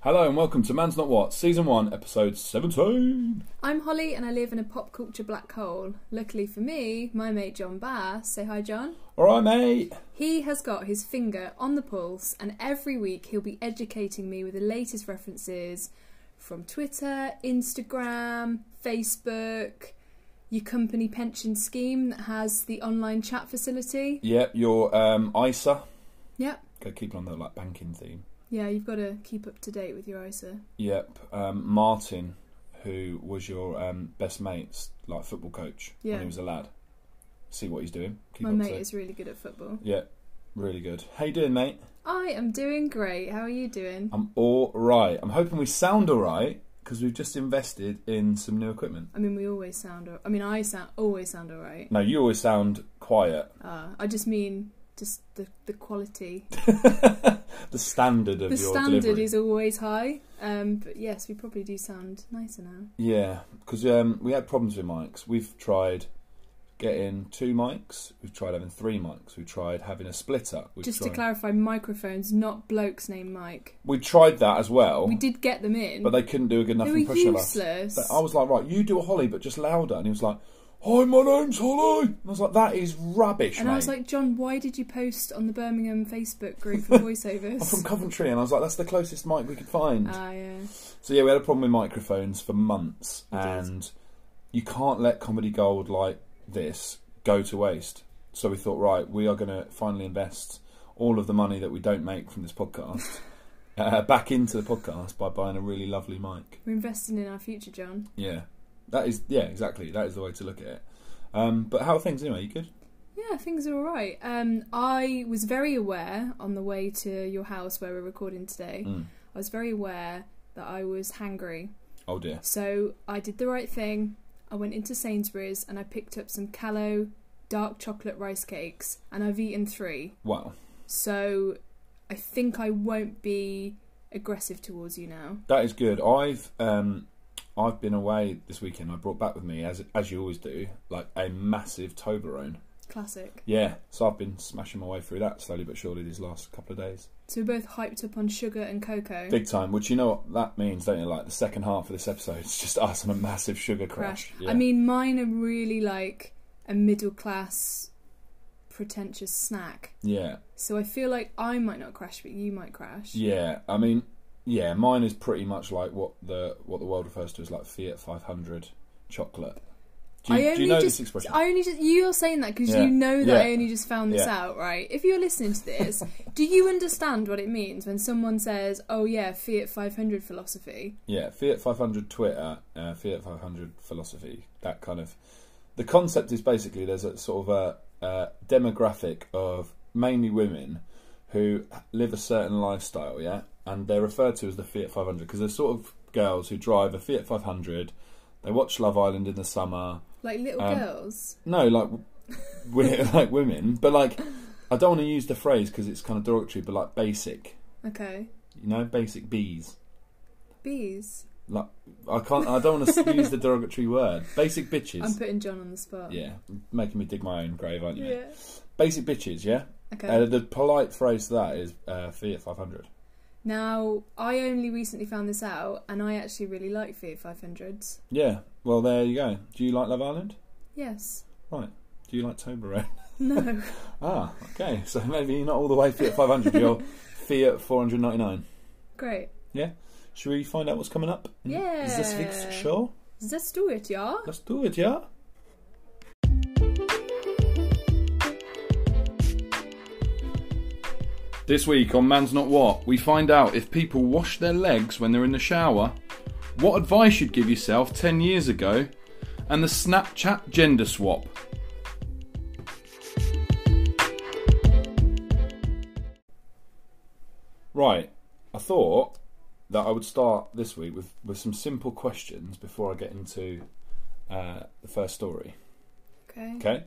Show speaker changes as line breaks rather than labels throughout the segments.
Hello and welcome to Man's Not What, Season 1, Episode 17.
I'm Holly and I live in a pop culture black hole. Luckily for me, my mate John Bass, say hi John,
Alright, mate.
he has got his finger on the pulse and every week he'll be educating me with the latest references from Twitter, Instagram, Facebook, your company pension scheme that has the online chat facility.
Yep, your um, ISA.
Yep.
Go keep on the like banking theme.
Yeah, you've got to keep up to date with your ISA.
Yep, um, Martin, who was your um, best mate's like football coach
Yeah.
when he was a lad. See what he's doing. Keep
My
up
mate
to it.
is really good at football.
Yeah, really good. How you doing, mate?
I am doing great. How are you doing?
I'm all right. I'm hoping we sound all right because we've just invested in some new equipment.
I mean, we always sound. al- I mean, I sound always sound alright.
No, you always sound quiet.
Uh, I just mean just the the quality.
The standard of
the
your
standard
delivery.
is always high. Um, but yes, we probably do sound nicer now.
Yeah, because um, we had problems with mics. We've tried getting two mics. We've tried having three mics. We've tried having a splitter. We've
just
tried...
to clarify, microphones, not blokes named Mike.
we tried that as well,
We did get them in.
Oh. but they couldn't do a good enough
they were
impression of us.
useless.
But I was like, right, you do a Holly, but just louder. And he was like, hi, my name's Holly. And I was like, that is rubbish,
and
mate.
I was like, John, why did you post on the Birmingham Facebook group for
I'm from
voiceovers?
Coventry, and I was like, that's the closest mic we could find.
Ah, yeah.
So yeah, we had a problem with microphones for months,
We did.
and you can't let comedy gold like this go to waste. So we thought, right, we are going to finally invest all of the money that we don't make from this podcast uh, back into the podcast by buying a really lovely mic.
We're investing in our future, John.
Yeah, that is yeah, exactly. That is the way to look at it. Um, but how are things anyway? You good?
Yeah, things are all right. Um, I was very aware on the way to your house where we're recording today.
Mm.
I was very aware that I was hangry.
Oh dear.
So I did the right thing. I went into Sainsbury's and I picked up some callow dark chocolate rice cakes and I've eaten three.
Wow,
So I think I won't be aggressive towards you now.
that is good. I've um, I've been away this weekend. I brought back with me, as as you always do, like a massive Toblerone.
Classic.
Yeah, so I've been smashing my way through that slowly but surely these last couple of days.
So we're both hyped up on sugar and cocoa.
Big time, which you know what that means, don't you? Like the second half of this episode, it's just us on a massive sugar crash. Yeah.
I mean, mine are really like a middle class, pretentious snack.
yeah,
So I feel like I might not crash, but you might crash.
yeah. I mean, yeah. Mine is pretty much like what the what the world refers to as like Fiat 500 chocolate. Do
I
you,
only
do you know
just,
this expression?
I only just you're saying that because
Yeah.
you know that
Yeah.
I only just found this
Yeah.
out, right? If you're listening to this, do you understand what it means when someone says, "Oh yeah, Fiat 500 philosophy"?
Yeah, Fiat 500 Twitter, uh, Fiat 500 philosophy, that kind of. The concept is basically there's a sort of a, uh demographic of mainly women who live a certain lifestyle, yeah, and they're referred to as the Fiat 500 because they're sort of girls who drive a Fiat 500. They watch Love Island in the summer.
Like little
Um,
girls.
No, like we're like women, but like I don't want to use the phrase because it's kind of derogatory, but like basic,
Okay,
you know, basic bees.
bees.
Like I can't. I don't want to use the derogatory word. Basic bitches.
I'm putting John on the spot.
yeah, making me dig my own grave, aren't you? mate?
Yeah.
Basic bitches. Yeah.
Okay.
Uh, the polite phrase to that is uh, Fiat 500.
now I only recently found this out, and I actually really like Fiat 500s.
Yeah. Well, there you go. Do you like Love Island?
Yes.
Do you like Toblerone?
No.
ah, okay. So maybe you're not all the way Fiat 500. You're Fiat 499.
Great.
Should we find out what's coming up?
Yeah.
Is this week's show?
Let's do it, yeah.
Let's do it, yeah. This week on Man's Not What, we find out if people wash their legs when they're in the shower, what advice you'd give yourself 10 years ago, and the Snapchat gender swap. Right, I thought that I would start this week with, with some simple questions before I get into uh, the first story.
Okay.
Okay?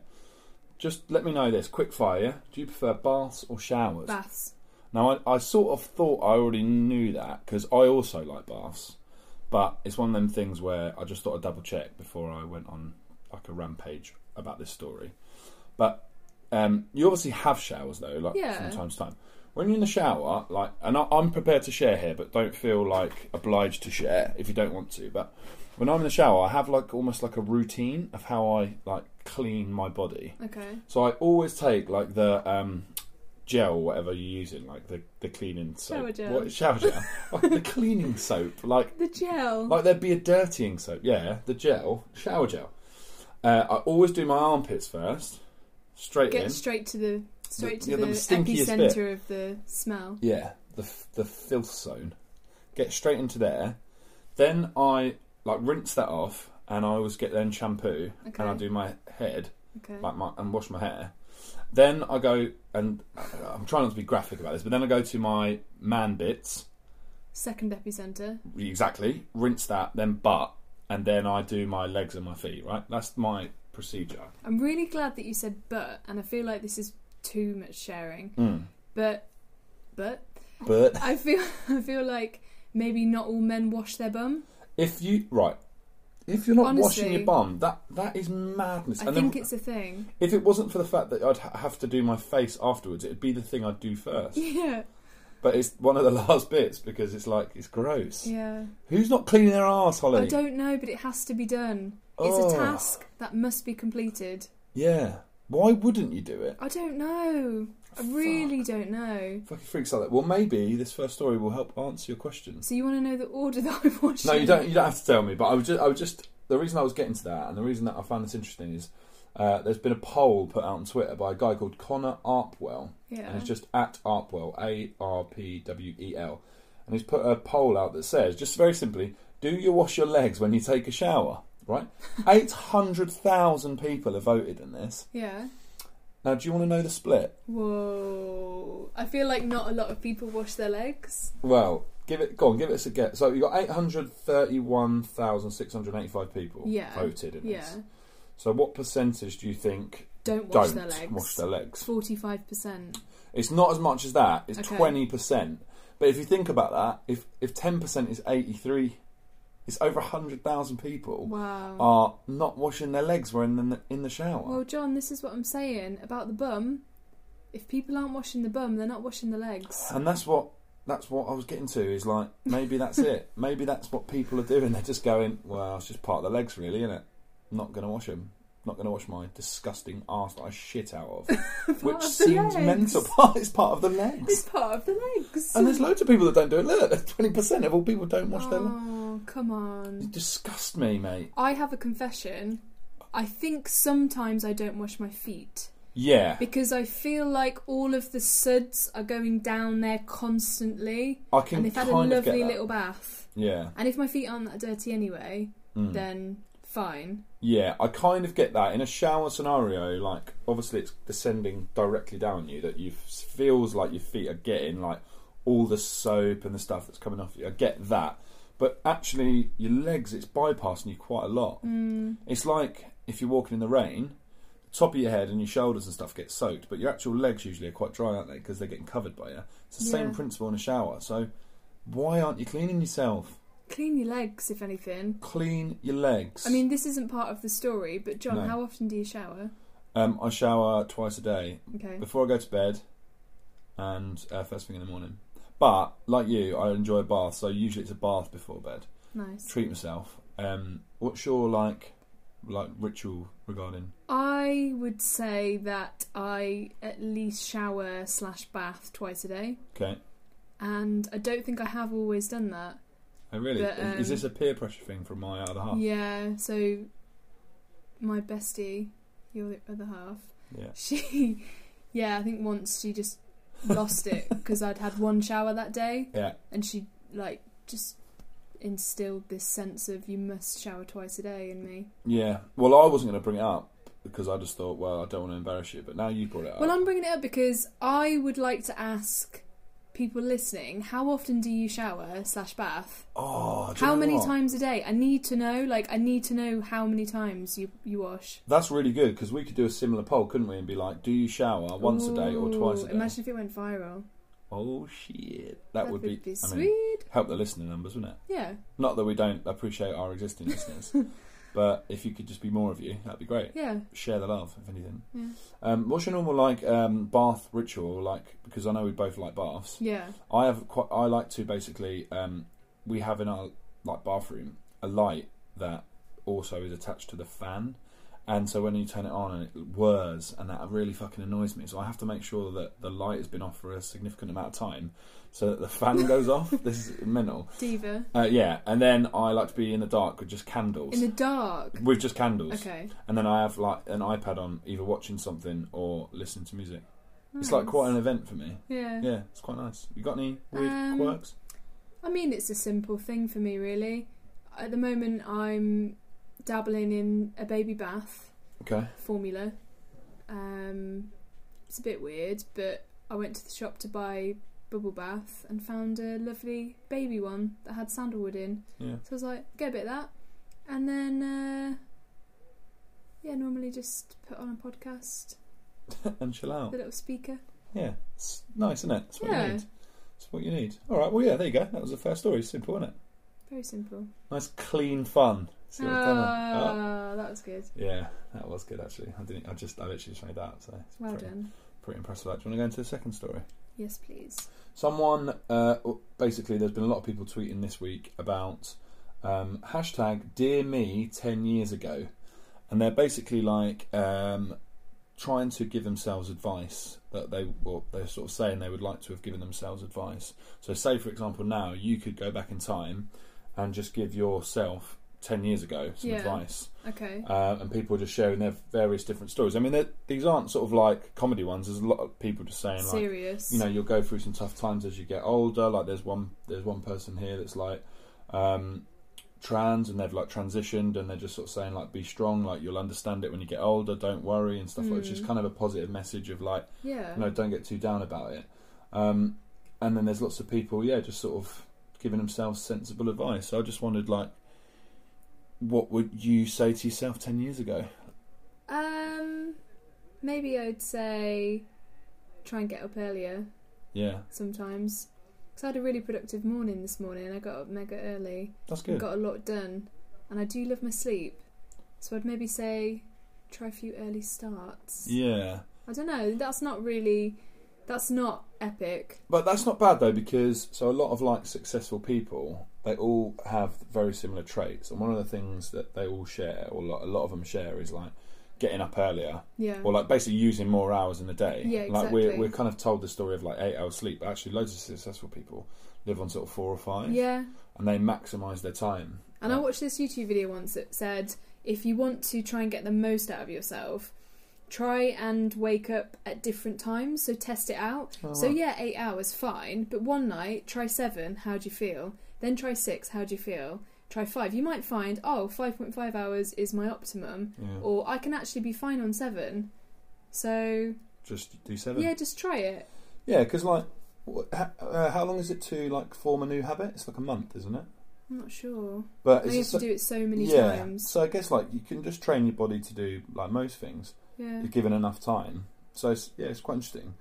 Just let me know this quick fire. yeah? Do you prefer baths or showers?
Baths.
Now, I, I sort of thought I already knew that because I also like baths, but it's one of them things where I just thought I'd double check before I went on like a rampage about this story. But um, you obviously have showers though, like
Yeah.
from time to time. When you're in the shower, like, and I, I'm prepared to share here, but don't feel like obliged to share if you don't want to. But when I'm in the shower, I have like almost like a routine of how I like clean my body.
Okay.
So I always take like the um, gel, or whatever you're using, like the, the cleaning soap.
Shower gel.
What, shower gel. like the cleaning soap. Like
The gel.
like there'd be a dirtying soap. Yeah, the gel, shower gel. Uh, I always do my armpits first, straight
Get
in.
straight to the straight to
yeah,
the,
the stinkiest
epicenter of the smell.
yeah, the f- the filth zone. Get straight into there. Then I like rinse that off, and I always get then shampoo,
Okay.
and I do my head
Okay.
like my and wash my hair. Then I go and I'm trying not to be graphic about this, but then I go to my man bits
Second epicenter.
exactly, rinse that, then butt, and then I do my legs and my feet. Right, that's my procedure.
I'm really glad that you said but, and I feel like this is too much sharing.
Mm.
But, but
But
I feel I feel like maybe not all men wash their bum.
if you right, if you're not washing
Honestly.
your bum, that that is madness.
I
and
think
then,
it's a thing.
if it wasn't for the fact that I'd ha- have to do my face afterwards, it'd be the thing I'd do first.
Yeah.
But it's one of the last bits because it's like it's gross.
Yeah.
Who's not cleaning their arse, Holly?
I don't know, but it has to be done. It's
Oh.
a task that must be completed.
Yeah. Why wouldn't you do it?
I don't know. I really don't know.
Fucking freaks like that. Well, maybe this first story will help answer your questions.
So you want to know the order that I've watched?
No, you
it?
don't. You don't have to tell me. But I was just, I was just the reason I was getting to that, and the reason that I found this interesting is uh, there's been a poll put out on Twitter by a guy called Connor Arpwell. and
Yeah.
it's just at Arpwell, A R P W E L. And he's put a poll out that says, just very simply, do you wash your legs when you take a shower? Right? 800,000 people have voted in this.
Yeah.
Now, do you want to know the split?
Whoa. I feel like not a lot of people wash their legs.
Well, give it, go on, give us a guess. So you got 831,685 people
Yeah.
voted in
Yeah.
this. So what percentage do you think
Don't wash
don't
their legs.
wash their legs?
Forty-five percent.
It's not as much as that. It's
Okay.
twenty percent. But if you think about that, if if ten percent is eighty three, it's over hundred thousand people
Wow.
are not washing their legs when in the in the shower.
Well, John, this is what I'm saying about the bum. If people aren't washing the bum, they're not washing the legs.
and that's what that's what I was getting to is like maybe that's it. Maybe that's what people are doing. They're just going, well, it's just part of the legs, really, isn't it? Not going to wash them. Not going to wash my disgusting arse that I shit out of, which
of the
seems
legs.
mental. Part it's part of the legs.
It's part of the legs.
And there's loads of people that don't do it. Look, twenty percent of all people don't wash their legs.
oh, come
You
on.
disgust me, mate.
I have a confession. I think sometimes I don't wash my feet
Yeah,
because I feel like all of the suds are going down there constantly,
I can
and they've had
kind
a
of get
lovely
that.
little bath.
Yeah,
And if my feet aren't that dirty anyway,
Mm.
then fine.
yeah, I kind of get that in a shower scenario. Like, obviously, it's descending directly down on you. That you feels like your feet are getting like all the soap and the stuff that's coming off you. I get that, but actually, your legs it's bypassing you quite a lot.
Mm,
It's like if you're walking in the rain. Top of your head and your shoulders and stuff get soaked, but your actual legs usually are quite dry, aren't they? Because they're getting covered by you. It's the same
Yeah.
principle in a shower. So, why aren't you cleaning yourself?
clean your legs if anything.
clean your legs.
I mean, this isn't part of the story, but John,
No.
how often do you shower?
um, I shower twice a day
Okay.
before I go to bed and uh, first thing in the morning. But like you, I enjoy a bath, so usually it's a bath before bed.
Nice.
Treat myself. Um, what's your like, like ritual regarding?
I would say that I at least shower slash bath twice a day,
Okay,
and I don't think I have always done that.
oh, really?
But,
Is- is
um,
this a peer pressure thing from my other half?
Yeah. So, my bestie, your other half,
Yeah.
she, yeah, I think once she just lost it because I'd had one shower that day,
Yeah.
and she like just instilled this sense of you must shower twice a day in me.
Yeah. Well, I wasn't going to bring it up because I just thought, well, I don't want to embarrass you, but now you brought it up.
Well, I'm bringing it up because I would like to ask people listening: How often do you shower slash bath?
oh, do you
How
know
many
what?
times a day? I need to know. Like, I need to know how many times you you wash.
That's really good because we could do a similar poll, couldn't we? And be like, do you shower once a day or
Ooh,
twice a day?
Imagine if it went viral.
Oh shit! That, would, be, I
sweet.
mean, help the listener numbers, wouldn't it?
yeah.
Not that we don't appreciate our existing listeners, But if you could just be more of you, that'd be great.
Yeah.
Share the love, if anything.
Yeah.
Um, what's your normal like um, bath ritual? Like because I know we both like baths.
Yeah.
I have quite. I like to basically. Um, we have in our like bathroom a light that also is attached to the fan, and so when you turn it on, and it whirs, and that really fucking annoys me. So I have to make sure that the light has been off for a significant amount of time, so that the fan goes off. This is mental.
Diva.
Uh, yeah, and then I like to be in the dark with just candles.
In the dark.
with just candles,
Okay.
and then I have like an iPad on, either watching something or listening to music. It's like quite an
Nice.
event for me.
Yeah.
Yeah, it's quite nice. You got any weird
Um,
quirks?
I mean, it's a simple thing for me, really. At the moment, I'm dabbling in a baby bath
Okay.
formula. Um, it's a bit weird, but I went to the shop to buy bubble bath and found a lovely baby one that had sandalwood in.
Yeah.
So I was like, get a bit of that. And then, uh, yeah, normally just put on a podcast,
and chill out.
the little speaker.
Yeah. It's nice, isn't it? It's what
Yeah.
you need. It's what you need. All right. Well, yeah, there you go. That was the first story. Simple, isn't it?
Very simple.
Nice, clean fun. See what I've done there? Oh.
Ah, that was good.
Yeah, that was good actually. I didn't. I just. I literally just made that. So it's
Well
pretty,
done.
Pretty impressive. Actually, do you want to go into the second story?
Yes, please.
Someone, uh, basically, there's been a lot of people tweeting this week about um, hashtag Dear Me 10 years ago. And they're basically like um, trying to give themselves advice that they, well, they're sort of saying they would like to have given themselves advice. So, say, for example, now you could go back in time and just give yourself 10 years ago some
Yeah.
advice.
Okay.
Uh, and people are just sharing their various different stories. I mean, they're- these aren't sort of like comedy ones. There's a lot of people just saying, like,
Serious.
you know you'll go through some tough times as you get older like there's one there's one person here that's like um trans and they've like transitioned and they're just sort of saying like be strong like you'll understand it when you get older don't worry and stuff like which is
Mm.
kind of a positive message of like
yeah.
you know don't get too down about it um and then there's lots of people yeah just sort of giving themselves sensible advice so i just wondered like what would you say to yourself 10 years ago
Um, maybe I'd say try and get up earlier
yeah
sometimes. Because I had a really productive morning this morning. I got up mega early
that's good
and got a lot done. And I do love my sleep. So I'd maybe say try a few early starts.
yeah
I don't know. That's not really. That's not epic.
But that's not bad though, because so a lot of like successful people, they all have very similar traits, and one of the things that they all share, or like, a lot of them share, is like getting up earlier,
Yeah.
or like basically using more hours in the day.
Yeah,
Like we're
exactly.
we're kind of told the story of like eight hours sleep, but actually loads of successful people live on sort of four or five,
yeah.
and they maximise their time.
And I
Like,
watched this YouTube video once that said if you want to try and get the most out of yourself, try and wake up at different times. So test it out.
oh,
So
right.
yeah, eight hours, fine. But one night, try seven. How do you feel? Then try six. How do you feel? Try five. You might find oh, 5.5 hours is my optimum,
Yeah.
or I can actually be fine on seven. So
just do seven.
yeah, just try it.
Yeah, because like, wh- ha- uh, how long is it to like form a new habit? It's like a month, isn't it?
I'm not sure.
But
I
is
you
it
have to
so-
do it so many
yeah.
times.
So I guess like you can just train your body to do like most things,
Yeah.
if given enough time. So it's, yeah, it's quite interesting.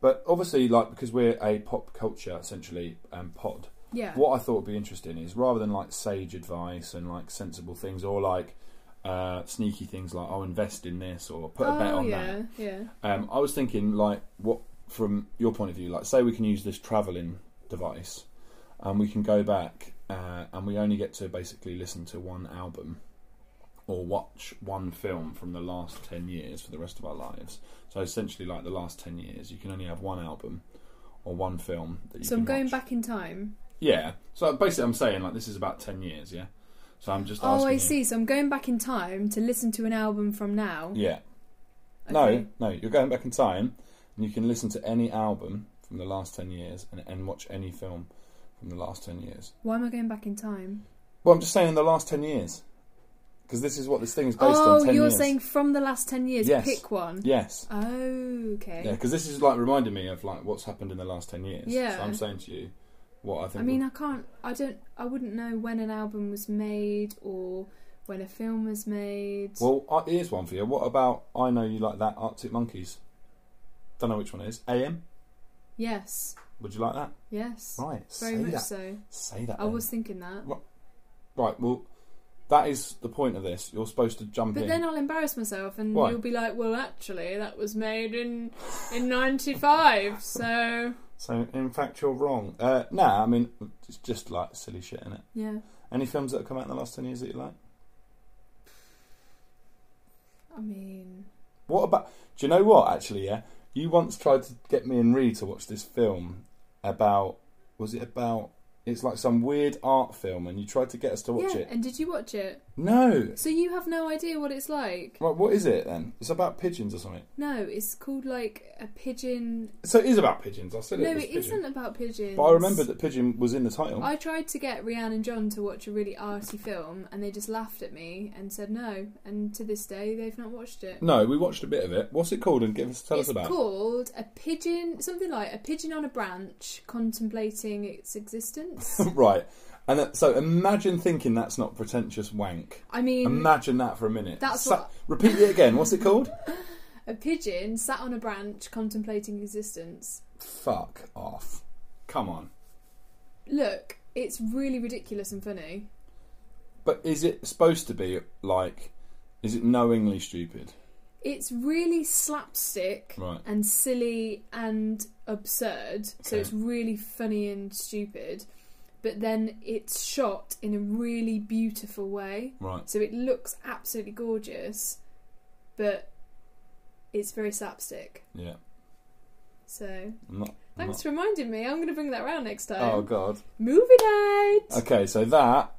But obviously, like because we're a pop culture essentially um, pod,
Yeah.
what I thought would be interesting is rather than like sage advice and like sensible things or like uh, sneaky things like oh invest in this or put a bet
oh
on
yeah,
that.
yeah.
Um, I was thinking like what from your point of view, like say we can use this traveling device and we can go back uh, and we only get to basically listen to one album or watch one film from the last 10 years for the rest of our lives. So essentially like the last 10 years, you can only have one album or one film that you
So
can
I'm going
watch.
back in time.
Yeah. So basically I'm saying like this is about 10 years, yeah. So I'm just
Oh,
asking
I
you-
see. So I'm going back in time to listen to an album from now.
Yeah.
Okay.
No, no, you're going back in time and you can listen to any album from the last 10 years and, and watch any film from the last 10 years.
Why am I going back in time?
Well, I'm just saying in the last 10 years because this is what this thing is based
oh,
on 10
you're
years.
saying from the last ten years,
Yes.
pick one.
Yes.
Oh, okay.
Yeah, because this is like reminding me of like what's happened in the last 10 years.
Yeah.
So I'm saying to you what I think.
I mean,
would-
I can't. I don't. I wouldn't know when an album was made or when a film was made.
well, I, here's one for you. What about I Know You Like That Arctic Monkeys? Don't know which one it is. AM?
yes.
Would you like that?
Yes.
Right.
Very
say
much
that.
so.
Say that.
I
then.
was thinking that.
Right, well, That is the point of this. You're supposed to jump
But
in.
then I'll embarrass myself, and
Why?
you'll be like, "Well, actually, that was made in in '95." So
so in fact, you're wrong. Uh, nah, I mean it's just like silly shit in it.
yeah,
Any films that have come out in the last ten years that you like?
I mean,
What about? Do you know what? Actually, yeah. You once tried to get me and Reed to watch this film about. Was it about? It's like some weird art film, and you tried to get us to watch
yeah.
it.
And did you watch it?
No.
So you have no idea what it's like.
Right. What is it then? It's about pigeons or something.
No, it's called like a pigeon.
So it is about pigeons. I said
no,
it was
it
pigeon.
not about pigeons.
But I remember that pigeon was in the title.
I tried to get Rianne and John to watch a really arty film, and they just laughed at me and said no. And to this day, they've not watched it.
No, we watched a bit of it. What's it called? And give us tell
it's
us about. it.
called a pigeon, something like a pigeon on a branch contemplating its existence.
right. And that, so imagine thinking that's not pretentious wank.
I mean,
Imagine that for a minute.
Mm. That's
Sa-
what-
Repeat it again. What's it called?
a pigeon sat on a branch contemplating existence.
Fuck off. Come on.
Look, it's really ridiculous and funny.
But is it supposed to be like? Is it knowingly stupid?
It's really slapstick
Right.
and silly and absurd. So
Okay.
it's really funny and stupid. But then it's shot in a really beautiful way.
Right.
So it looks absolutely gorgeous, but it's very slapstick.
Yeah.
So
I'm not. I'm
thanks for reminding me. I'm going to bring that round next
not-
time.
Uh-huh. Oh god.
Movie night.
Okay. So that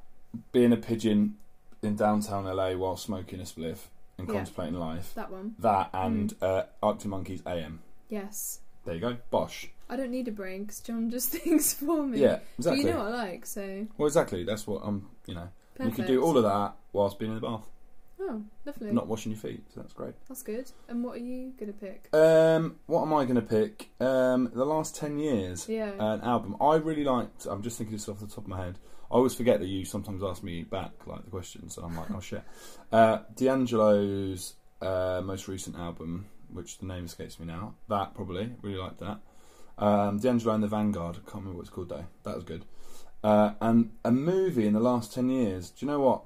being a pigeon in downtown LA while smoking a spliff and
Yeah.
contemplating life.
That Mm. one.
That and uh, Arctic Monkeys AM.
Yes.
There you go. Bosh.
I don't need a brain 'cause John just thinks for me.
Yeah.
But
Exactly.
you know what I like, so
Well, exactly. That's what I'm. You know,
perfect.
you can do all of that whilst being in the bath,
Oh, lovely.
not washing your feet. So that's great.
That's good. And what are you going to pick?
Um, what am I going to pick? Um, the last ten years,
Yeah.
an album I really liked. I'm just thinking this off the top of my head. I always forget that you sometimes ask me back like the questions, and I'm like, oh shit. Uh, D'Angelo's uh, most recent album, which the name escapes me now. That probably really liked that. Um, D'Angelo and the Vanguard. Can't remember what it's called though. That was good. Uh, and a movie in the last ten years. Do you know what?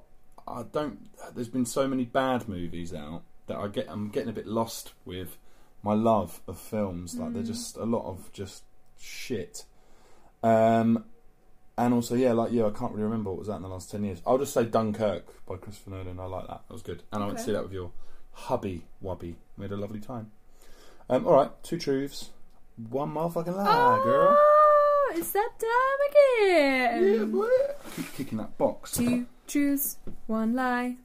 I don't. There's been so many bad movies out that I get. I'm getting a bit lost with my love of films. Like they're
Mm.
just a lot of just shit. Um, and also, yeah, like you, I can't really remember what was out in the last ten years. I'll just say Dunkirk by Christopher Nolan. I like that. That was good. And I went to
Okay.
see that with your hubby wubby. We had a lovely time. Um, all right, two truths, one motherfucking lie, girl.
Oh, Ah, it's that time again.
Yeah, boy. Keep kicking that box.
Two truths, one lie.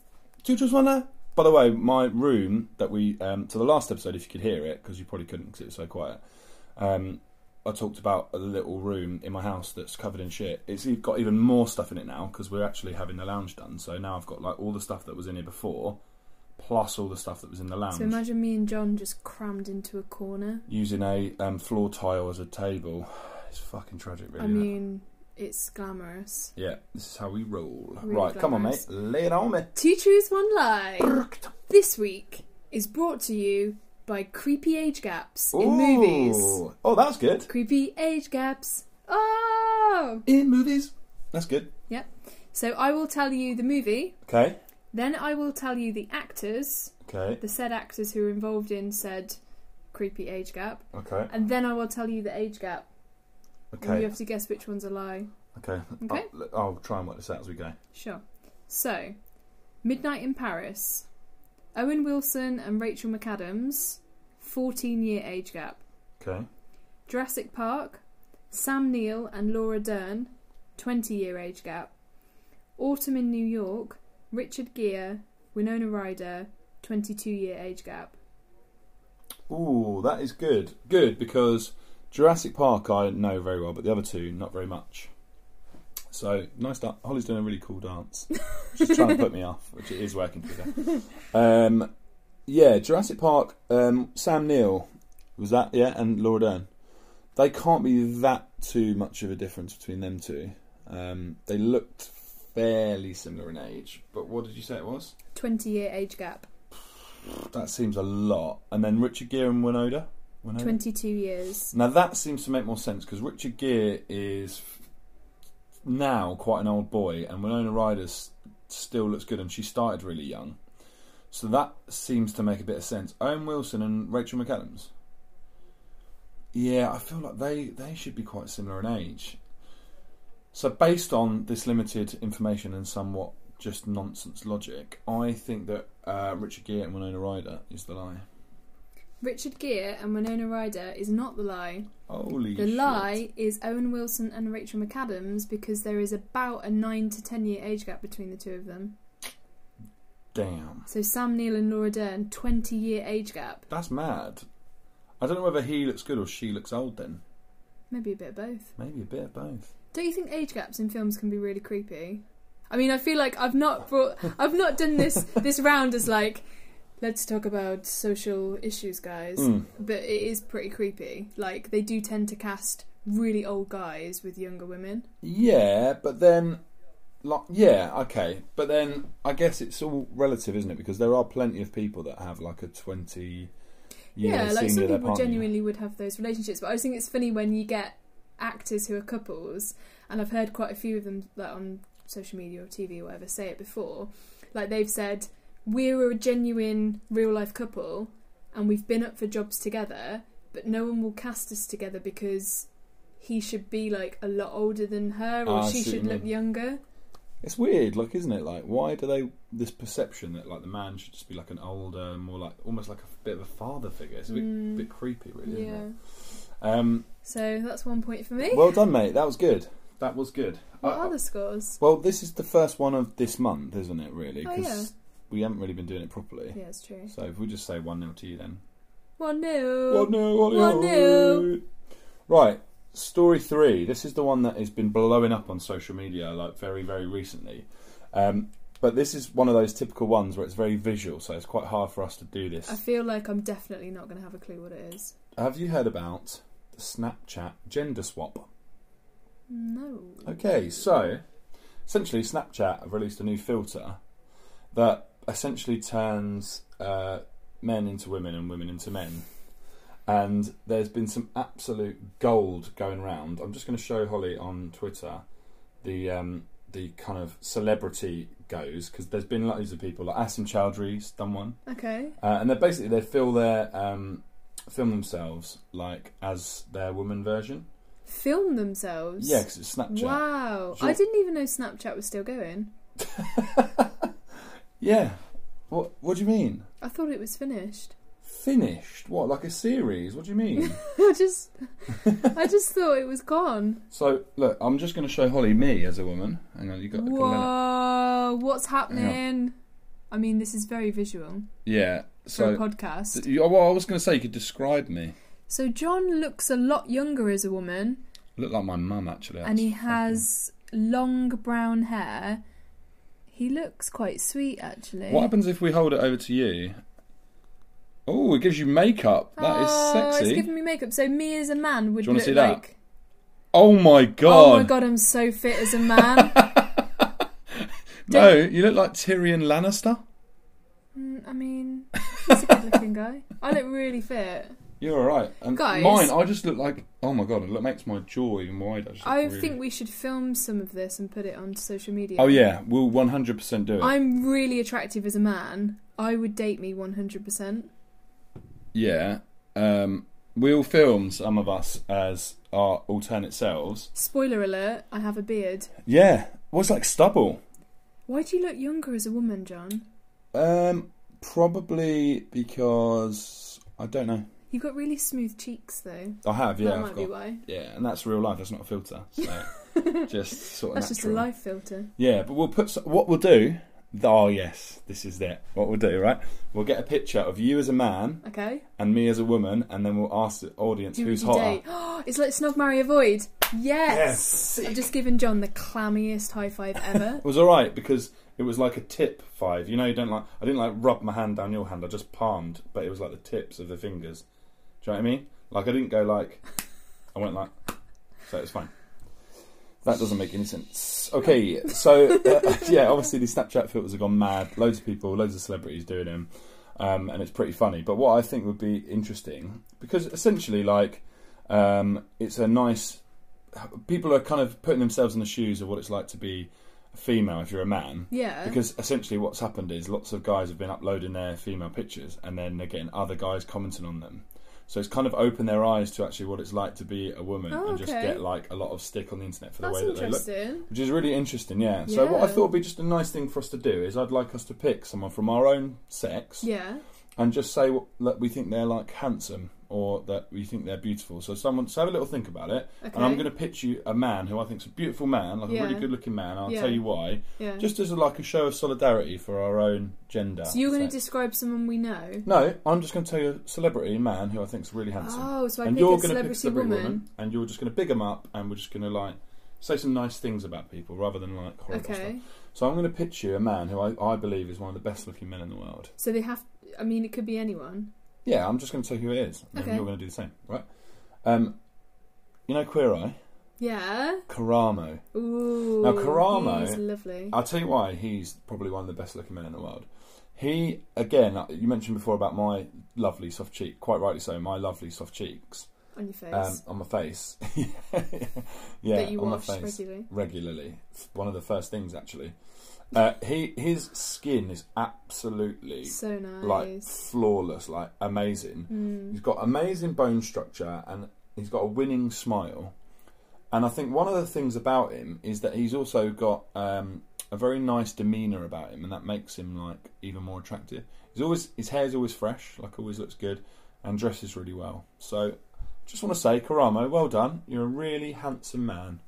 Two truths, one lie. By the way, my room that we um, to the last episode, if you could hear it, because you probably couldn't because it was so quiet. Um, I talked about a little room in my house that's covered in shit. It's e- got even more stuff in it now because we're actually having the lounge done. So now I've got like all the stuff that was in here before, plus all the stuff that was in the lounge.
So imagine me and John just crammed into a corner.
Using a um, floor tile as a table, it's fucking tragic, really.
I
isn't it?
mean, it's glamorous.
yeah, this is how we roll.
Really
right, come on, mate,
glamorous.
lay it on me.
Two truths, one lie. this week is brought to you by creepy age gaps in movies.
Ooh. Oh, that's good.
Creepy age gaps. Oh!
In movies, that's good.
Yep. So I will tell you the movie,
Okay,
then I will tell you the actors,
okay,
the said actors who were involved in said creepy age gap,
okay,
and then I will tell you the age gap. And you
okay,
have to guess which one's a lie.
okay.
Okay.
I'll, I'll try and work this out as we go.
Sure. So, Midnight in Paris. Owen Wilson and Rachel McAdams, 14 year age gap.
Okay,
Jurassic Park, Sam Neill and Laura Dern, 20 year age gap. Autumn in New York, Richard Gere, Winona Ryder, 22 year age gap.
ooh, that is good. Good because Jurassic Park I know very well, but the other two not very much. So nice. Da- Holly's doing a really cool dance. She's trying to put me off, which it is working for her. Um, yeah, Jurassic Park. Um, Sam Neill was that, yeah, and Laura Dern. They can't be that too much of a difference between them two. Um, they looked fairly similar in age, but what did you say it was?
20 year age gap.
That seems a lot. And then Richard Gere and Winona. Winona?
22 years.
Now that seems to make more sense because Richard Gere is now quite an old boy, and Winona Ryder's still looks good, and she started really young. So that seems to make a bit of sense. Owen Wilson and Rachel McAdams. Yeah, I feel like they they should be quite similar in age. So based on this limited information and somewhat just nonsense logic, I think that uh, Richard Gere and Winona Ryder is the lie.
Richard Gere and Winona Ryder is not the lie.
Holy
The
shit.
lie is Owen Wilson and Rachel McAdams because there is about a 9 to 10 year age gap between the two of them.
Damn.
So Sam Neill and Laura Dern, 20 year age gap.
That's mad. I don't know whether he looks good or she looks old then.
Maybe a bit of both.
Maybe a bit of both.
Don't you think age gaps in films can be really creepy? I mean, I feel like I've not brought, I've not done this this round as like, let's talk about social issues, guys.
Mm.
But it is pretty creepy. Like they do tend to cast really old guys with younger women.
Yeah, but then, like, yeah, okay, but then I guess it's all relative, isn't it? Because there are plenty of people that have like a twenty. year
yeah, like
senior
some
their
people
partner.
genuinely would have those relationships. But I just think it's funny when you get actors who are couples, and I've heard quite a few of them like on social media or TV or whatever say it before. Like they've said, we're a genuine real life couple, and we've been up for jobs together, but no one will cast us together because he should be like a lot older than her, or
Ah, I see
she
what
should
you
look
mean.
younger.
It's weird, like, isn't it? Like, why do they this perception that like the man should just be like an older, more like almost like a bit of a father figure? It's a bit,
Mm,
bit creepy, really.
yeah.
Isn't it? Um,
So that's one point for me.
well done, mate. That was good. That was good.
what
I-
are the scores?
well, this is the first one of this month, isn't it? Really,
Oh,
we haven't really been doing it properly.
Yeah, it's true.
So if we just say one 0 to you, then
One nil.
One nil, one nil.
One nil.
Right, story three. This is the one that has been blowing up on social media like very, very recently. Um, but this is one of those typical ones where it's very visual, so it's quite hard for us to do
I
this.
feel like I'm definitely not going to have a clue what it is.
Have you heard about the Snapchat gender swap?
No.
Okay, so essentially, Snapchat have released a new filter that essentially turns uh, men into women and women into men. And there's been some absolute gold going round. I'm just going to show Holly on Twitter the um, the kind of celebrity goes because there's been loads of people like Asim Chowdhury's done one,
Okay.
uh, and they're basically they film their um, film themselves like as their woman version.
Film themselves.
Yeah, because it's Snapchat.
Wow.
Sure.
I didn't even know Snapchat was still going.
Yeah. What What do you mean?
I thought it was finished.
Finished? What? Like a series? What do you mean?
I just, I just thought it was gone.
so look, I'm just going to show Holly me as a woman. Hang on, you got. got Lena.
Whoa! What's happening? I mean, this is very visual
Yeah.
for a
So.
podcast.
You, well, I was going to say you could describe me.
So John looks a lot younger as a woman,
Look like my mum actually.
and he
That's
has long brown hair. He looks quite sweet, actually.
fucking- What happens if we hold it over to you? Oh, it gives you makeup. That is
Oh,
sexy.
It's giving me makeup. So me as a man
Do
would
you wanna
look
see that?
like.
Oh my god.
Oh my god, I'm so fit as a man.
No, you look like Tyrion Lannister.
Mm, I mean, he's a good-looking guy. I look really fit.
You're all right. And
Guys.
mine, I just look like. Oh my god, it look- makes my jaw even wider. just
I
really-
think we should film some of this and put it onto social media.
Oh yeah, we'll 100% do it.
I'm really attractive as a man. I would date me 100%.
Yeah. Um, we'll film some of us as our alternate selves.
Spoiler alert: I have a beard.
Yeah. Was like stubble.
Why do you look younger as a woman, John?
Um, probably because I don't know.
You've got really smooth cheeks, though.
I have, yeah,
that
I've
might be
got.
why.
Yeah, and that's real life. That's not a filter. So just sort of
That's just a
natural.
life filter.
Yeah, but we'll put so- what we'll do. Oh yes, this is it. What we'll do, right? We'll get a picture of you as a man
Okay.
and me as a woman, and then we'll ask the audience
Who
who's
would you
hotter.
date? it's like snog, marry, avoid.
Yes,
Yes.
sick.
I've just given John the clammiest high five ever.
It was all right because it was like a tip five. You know, you don't like. I didn't like rub my hand down your hand. I just palmed, but it was like the tips of the fingers. Do you know what I mean? Like I didn't go like. I went like. So it's fine. That doesn't make any sense. Okay, so uh, yeah, obviously these Snapchat filters have gone mad. Loads of people, loads of celebrities doing them, um, and it's pretty funny. But what I think would be interesting because essentially, like, um, it's a nice. People are kind of putting themselves in the shoes of what it's like to be female if you're a man.
Yeah.
Because essentially, what's happened is lots of guys have been uploading their female pictures, and then they're getting other guys commenting on them. So it's kind of opened their eyes to actually what it's like to be a woman
Oh,
and just
okay.
get like a lot of stick on the internet for the
That's
way that they look,
interesting.
which is really interesting. Yeah. So what I
Yeah.
thought would be just a nice thing for us to do is I'd like us to pick someone from our own sex
Yeah.
and just say what, that we think they're like handsome or that we think they're beautiful. So someone, so have a little think about it,
Okay.
and I'm going to pitch you a man who I think's a beautiful man, like a really
Yeah.
good-looking man. and I'll
Yeah.
tell you why,
Yeah.
just as a, like a show of solidarity for our own gender.
so you're going to
So-
describe someone we know.
no, I'm just going to tell you a celebrity man who I think's really handsome,
Oh, so I
and
pick
you're
a
going to
celebrity,
pick a celebrity woman.
woman.
and you're just going to big them up, and we're just going to like say some nice things about people rather than like horrible stuff.
Okay.
So I'm going to pitch you a man who I, I believe is one of the best-looking men in the world.
So they have. I mean, it could be anyone.
Yeah, I'm just going to tell you who it is. And
Okay.
You're going to do the same, right? Um, you know Queer Eye?
Yeah.
Karamo.
Ooh.
Now, Karamo-
He's lovely.
I'll tell you why he's probably one of the best looking men in the world. He, again, uh, you mentioned before about my lovely soft cheek, quite rightly so, my lovely soft cheeks
on your face.
um, on my face. yeah,
that you
on
wash
my face.
regularly.
regularly. One of the first things, actually. Uh, he His skin is absolutely
So nice.
like flawless, like amazing. He's
Mm.
got amazing bone structure and he's got a winning smile. And I think one of the things about him is that he's also got um, a very nice demeanour about him, and that makes him like even more attractive. He's always his hair's always fresh, like always looks good, and dresses really well. So, just want to say, Karamo, well done. You're a really handsome man.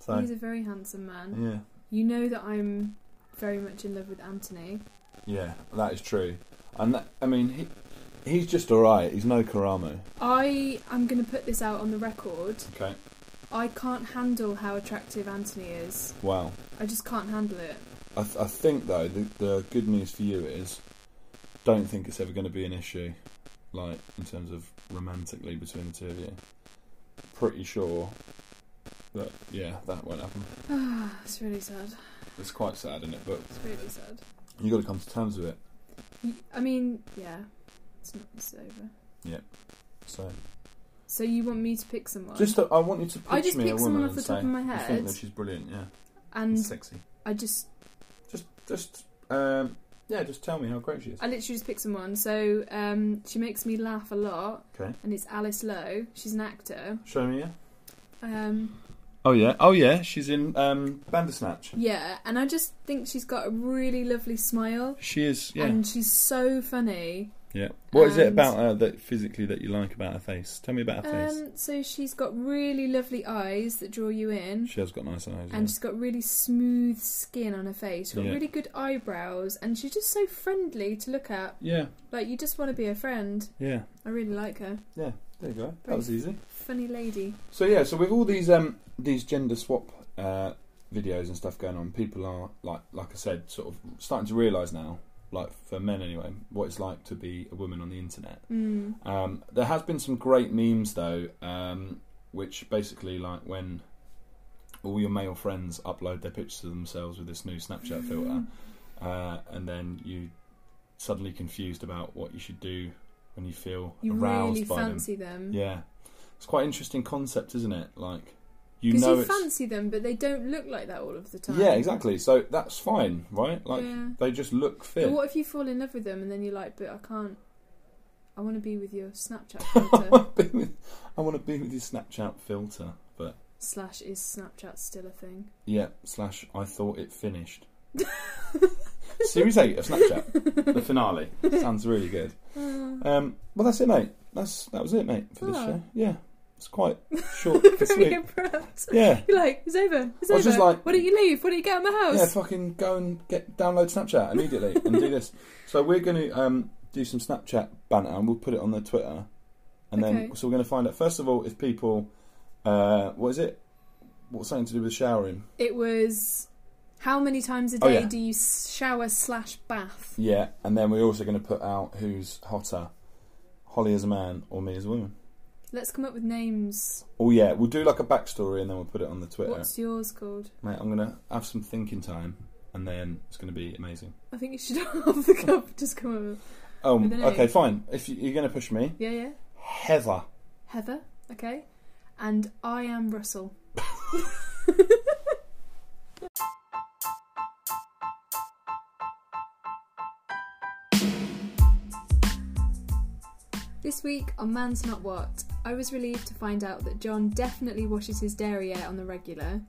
So,
He's a very handsome man.
yeah,
You know that I'm very much in love with Anthony.
yeah, that is true. And that, I mean, he, he's just all right. He's no Karamo.
I am going to put this out on the record.
Okay.
I can't handle how attractive Anthony is.
Wow.
I just can't handle it.
I, th- I think though the, the good news for you is, don't think it's ever going to be an issue, like in terms of romantically between the two of you. Pretty sure that yeah, that won't happen.
it's really sad.
It's quite sad, isn't it? But
It's really sad.
you got to come to terms with it.
Y- I mean, yeah, it's not. It's over.
So
So you want me to pick someone?
just uh, I want you to pitch
I just
me a
picked someone
woman
off
and
the top
say
of my
you think
head. Mm.
that she's brilliant, yeah,
and
sexy.
I just,
Just just um yeah, just tell me how great she is.
I literally just picked someone. So um, she makes me laugh a lot.
Okay.
And it's Alice Lowe. She's an actor.
Show me yeah.
Um,
Oh yeah, oh yeah, she's in um Bandersnatch.
yeah, and I just think she's got a really lovely smile.
She is yeah.
And she's so funny.
Yeah. What is it
And-
about her that physically that you like about her face? Tell me about her face.
Um, so she's got really lovely eyes that draw you in.
She has got nice eyes.
and she's got really smooth skin on her face. She's got
Yeah.
really good eyebrows, and she's just so friendly to look at.
yeah.
Like you just want to be her friend.
yeah, yeah.
I really like her.
There you go. That
Very-
was easy.
Funny lady.
So yeah, so with all these um these gender swap uh videos and stuff going on, people are like like I said, sort of starting to realise now, like for men anyway, what it's like to be a woman on the internet.
Mm.
Um, there has been some great memes though, um, which basically like when all your male friends upload their pictures of themselves with this new Snapchat filter, uh, and then you suddenly confused about what you should do when you feel
You
aroused
really
by
fancy
them.
them.
Yeah, it's quite an interesting concept, isn't it? Like you
Because you,
know it's
fancy them, but they don't look like that all of the time.
yeah, exactly. So that's fine, right? Like
yeah.
they just look
But
fit.
what if you fall in love with them and then you're like, but I can't. I want to be with your Snapchat filter.
I want to be with your Snapchat filter, but
Slash is Snapchat still a thing?
Yeah, slash I thought it finished. Series 8 of Snapchat. the finale. Sounds really good.
Uh,
Um, well, that's it, mate. That's That was it, mate, for this
Oh.
show. Yeah. It's quite short and
very
sweet.
abrupt.
Yeah.
You're like, it's over. It's
I was
over.
just like-
Why don't you leave? Why don't you get out of my house?
Yeah, fucking go and get download Snapchat immediately and do this. So we're going to um, do some Snapchat banter and we'll put it on the Twitter. And then,
Okay.
so we're going to find out, first of all, if people, uh, what is it? What's something to do with showering?
It was how many times a day
Oh, yeah.
do you s- shower slash bath?
Yeah, and then we're also going to put out who's hotter, Holly as a man or me as a woman.
Let's come up with names.
Oh yeah, we'll do like a backstory and then we'll put it on the Twitter.
What's yours called?
Mate, I'm gonna have some thinking time, and then it's gonna be amazing.
I think you should off the cup. Just come up. with-
Oh,
With an A.
okay, fine. If you- you're gonna push me,
Yeah, yeah.
Heather.
Heather. Okay. And I am Russell. This week on Man's Not What, I was relieved to find out that John definitely washes his derriere on the regular.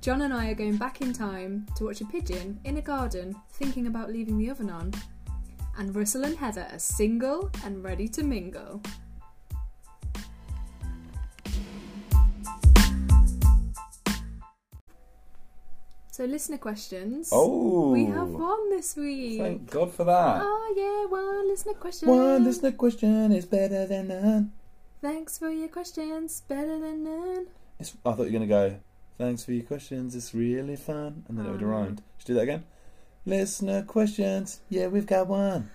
John and I are going back in time to watch a pigeon in a garden thinking about leaving the oven on. And Russell and Heather are single and ready to mingle. So, listener questions.
Oh,
We have one this week.
Thank God for that.
Oh yeah, one listener question.
One listener question is better than none.
Thanks for your questions. Better than none.
It's, I thought you were gonna go. Thanks for your questions. It's really fun, and then it would have
Um.
rhymed. Should we do that again. Listener questions. Yeah, we've got one.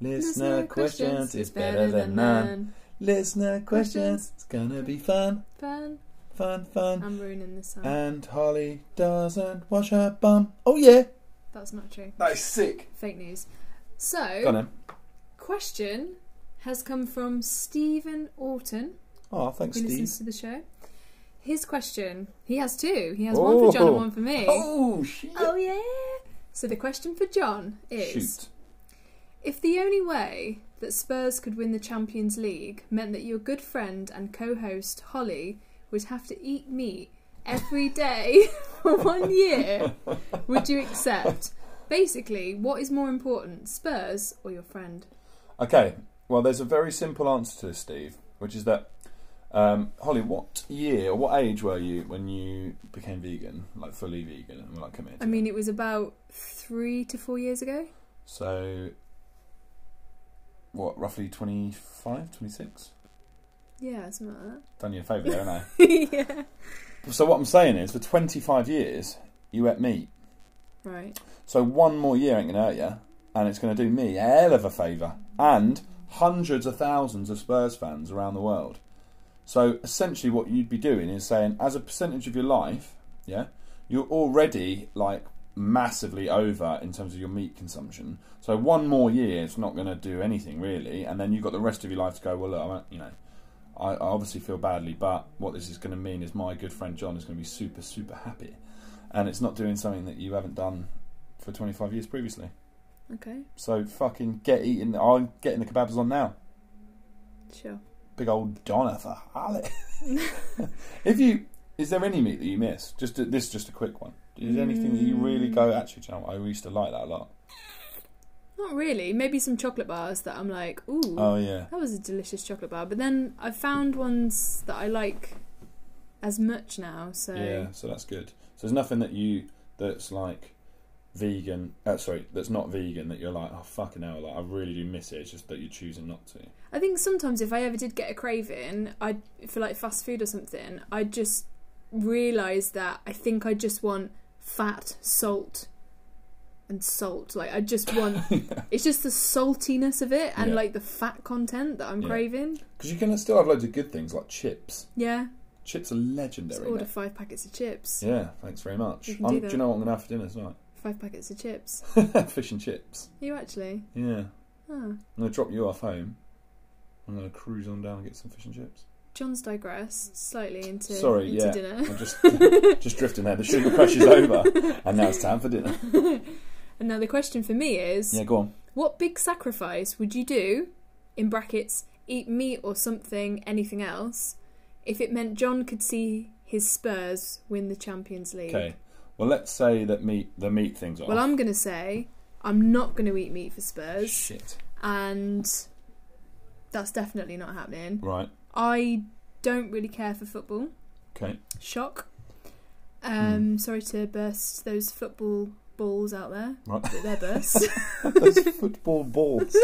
Listener, questions, is better than none. Listener questions. It's gonna be fun,
Fun.
fun, fun.
I'm ruining this song.
And Holly doesn't wash her bum. Oh yeah,
That's not true.
that is sick.
Fake news.
Go on
So,
then.
question has come from Stephen Orton,
Oh, thanks,
who
Steve.
listens to the show. His question. He has two. He has one for John
Oh.
and one for me.
Oh shit!
Oh, yeah. So the question for John is.
Shoot.
If the only way that Spurs could win the Champions League meant that your good friend and co host Holly would have to eat meat every day for one year, would you accept? Basically, what is more important, Spurs or your friend?
Okay. Well, there's a very simple answer to this, Steve, which is that um, Holly, what year or what age were you when you became vegan, like fully vegan, and were like committed? to
I
it?
mean, it was about three to four years ago.
so what? Roughly 25, 26?
Yeah, something like
Done you a favour there, haven't
that. yeah.
I? So what I'm saying is, for 25 years, you ate meat.
Right.
So one more year ain't gonna hurt you, and it's gonna do me a hell of a favour and hundreds of thousands of Spurs fans around the world. So essentially, what you'd be doing is saying, as a percentage of your life, yeah, you're already like massively over in terms of your meat consumption. So one more year, it's not gonna do anything really, and then you've got the rest of your life to go. Well, look, I won't- you know. I I obviously feel badly, but what this is going to mean is my good friend John is going to be super, super happy. And it's not doing something that you haven't done for 25 years previously.
Okay.
So fucking get eating. I'm getting the kebabs on now.
Sure.
Big old Donna for Harley. if you, is there any meat that you miss? Just a, this, is just a quick one. Is there anything that you really go? Actually, do you know, what? I used to like that a lot.
Not really. Maybe some chocolate bars that I'm like, ooh.
Oh yeah.
That was a delicious chocolate bar. But then I found ones that I like as much now. So
Yeah. So that's good. So there's nothing that you that's like vegan. Uh, sorry, that's not vegan. That you're like, oh fucking hell, like I really do miss it. It's just that you're choosing not to.
I think sometimes if I ever did get a craving, I for like fast food or something, I just realised that I think I just want fat, salt, and salt. Like I just want. it's just the saltiness of it and
Yeah.
like the fat content that I'm
Yeah.
craving.
Because you can still have loads of good things like chips.
Yeah.
Chips are
Just
legendary. mate.
order five packets of chips.
Yeah, thanks very much.
You
I'm,
can
do,
do that.
you know what I'm going to have for dinner tonight?
Five packets of chips.
Fish and chips.
You actually?
Yeah.
Oh.
I'm going to drop you off home. I'm going to cruise on down and get some fish and chips.
John's digressed slightly into,
Sorry,
into
yeah.
dinner.
I'm just just drifting there. The sugar crush is over, and now it's time for dinner.
And now the question for me is
Yeah, go on.
what big sacrifice would you do, in brackets, eat meat or something, anything else, if it meant John could see his Spurs win the Champions League?
Okay. Well, let's say that meat the meat things are.
Well, I'm going to say I'm not going to eat meat for Spurs,
shit.
and that's definitely not happening.
Right.
I don't really care for football.
Okay.
Shock. Um, Sorry to burst those football balls out there,
Right.
but they're burst.
Those football balls.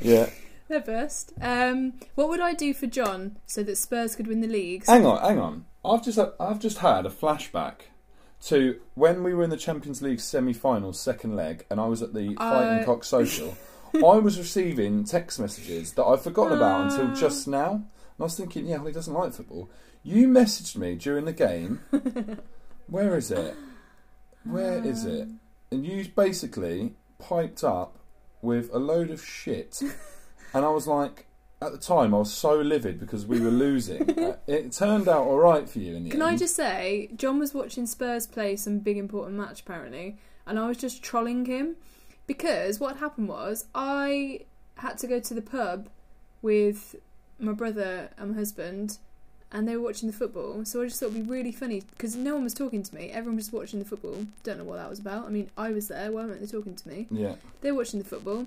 yeah.
They're burst. Um, what would I do for John so that Spurs could win the league?
Hang on, hang on. I've just I've just had a flashback to when we were in the Champions League semi-final second leg, and I was at the
Uh,
Fighting Cock social. I was receiving text messages that I'd forgotten about until just now, and I was thinking, yeah, well, he doesn't like football. You messaged me during the game. Where is it? Where is it? And you basically piped up with a load of shit, and I was like. At the time, I was so livid because we were losing. Uh, it turned out all right for you in the
Can
end.
I just say, John was watching Spurs play some big important match apparently, and I was just trolling him because what happened was I had to go to the pub with my brother and my husband, and they were watching the football. So I just thought it'd be really funny because no one was talking to me. Everyone was just watching the football. Don't know what that was about. I mean, I was there. Why weren't they talking to me?
Yeah.
They're watching the football,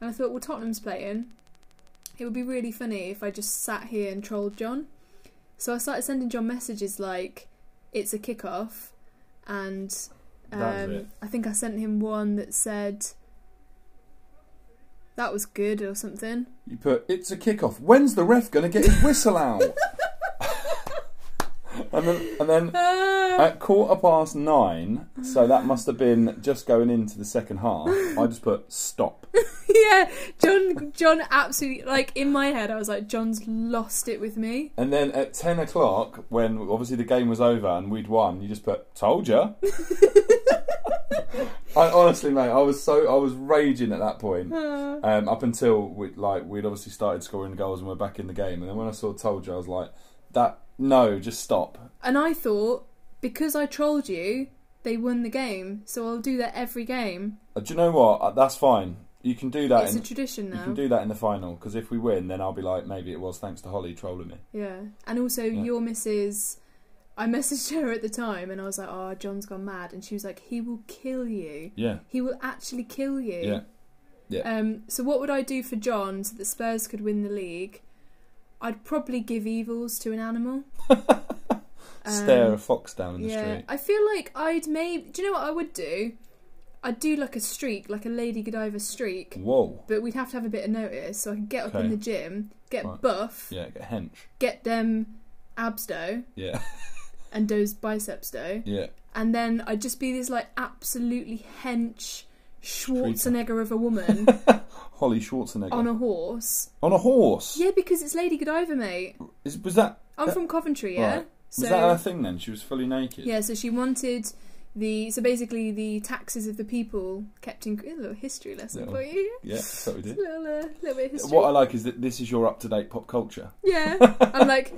and I thought, well, Tottenham's playing. It would be really funny if I just sat here and trolled John. So I started sending John messages like, "It's a kickoff," and
That was
um,
it.
I think I sent him one that said, "That was good" or something.
You put it's a kickoff. When's the ref going to get his whistle out? and then, and then
Ah,
at quarter past nine, so that must have been just going into the second half. I just put stop.
yeah, John. John absolutely like in my head. I was like, John's lost it with me.
And then at ten o'clock, when obviously the game was over and we'd won, you just put told ya. I honestly, mate, I was so I was raging at that point.
Ah.
Um, up until we like we'd obviously started scoring goals and we're back in the game, and then when I saw told you, I was like, that no, just stop.
And I thought because I trolled you, they won the game. So I'll do that every game.
Uh, Do you know what? Uh, That's fine. You can do that.
it's
In,
a tradition
you
now.
can do that in the final because if we win, then I'll be like, maybe it was thanks to Holly trolling me.
Yeah, and also
Yeah.
your missus. I messaged her at the time, and I was like, "Oh, John's gone mad," and she was like, "He will kill you.
Yeah,
He will actually kill you."
yeah.
Um. So what would I do for John so that Spurs could win the league? I'd probably give evils to an animal. Um,
Stare a fox down in the
yeah,
street.
I feel like I'd maybe. Do you know what I would do? I'd do like a streak, like a Lady Godiva streak,
Whoa.
but we'd have to have a bit of notice. So I could get up
Mm. Okay.
in the gym, get
Right.
buff,
Yeah, get hench.
get them abs dough,
Yeah,
and those biceps dough.
yeah.
And then I'd just be this like absolutely hench Schwarzenegger of a woman
Holly Schwarzenegger
on a horse.
On a horse.
Yeah, because it's Lady Godiva, mate.
Is, was that
I'm
That-
from Coventry, yeah.
right.
So
was that her thing then? She was fully naked.
yeah, so she wanted the so basically the taxes of the people kept in a little history lesson
Little-
for you.
yeah. That's what we did.
Little, uh, little bit of history.
What I like is that this is your up-to-date pop culture.
Yeah. I'm like,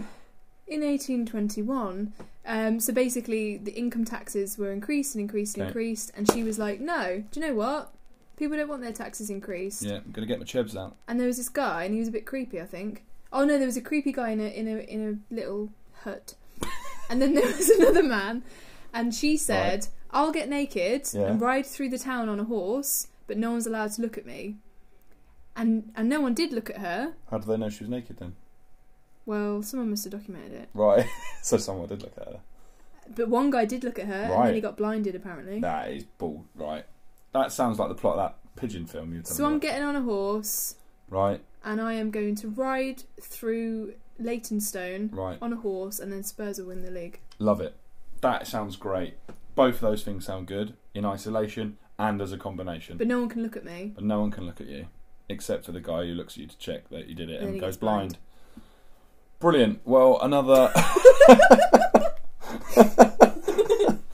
in 1821, um, so basically the income taxes were increased and increased and
Okay.
increased, and she was like, no, do you know what? People don't want their taxes increased.
Yeah, I'm gonna get my chebs out.
And there was this guy, and he was a bit creepy, I think. Oh no, there was a creepy guy in a in a in a little hut, and then there was another man, and she said, "I'll get naked
Yeah.
and ride through the town on a horse, but no one's allowed to look at me." And and no one did look at her.
How do they know she was naked then?
Well, someone must have documented it.
Right. so someone did look at her.
But one guy did look at her and
Right.
then he got blinded apparently.
That is bull. Right. That sounds like the plot of that pigeon film you were telling
So
me
I'm
about.
getting on a horse
Right.
and I am going to ride through Leytonstone
Right.
on a horse and then Spurs will win the league.
Love it. That sounds great. Both of those things sound good in isolation and as a combination. But,
But no one can look at me.
no one can look at you except for the guy who looks at you to check that you did it
And
and,
then he
goes
gets blind.
blind. Brilliant. Well, another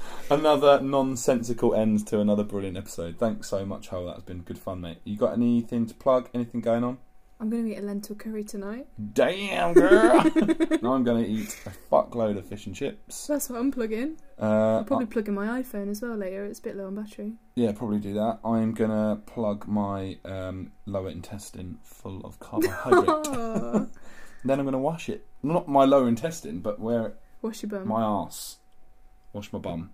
another nonsensical end to another brilliant episode. Thanks so much, Hole. That's been good fun, mate. You got anything to plug? Anything going on?
I'm going to eat a lentil curry tonight.
Damn, girl. now I'm going to eat a fuckload of fish and chips.
So that's what I'm plugging.
Uh,
I'll probably plug in my iPhone as well later. It's a bit low on battery.
yeah, probably do that. I'm going to plug my um, lower intestine full of carbohydrate.
Oh,
then I'm going to wash it. Not my lower intestine, but where
wash your bum.
my ass. Wash my bum.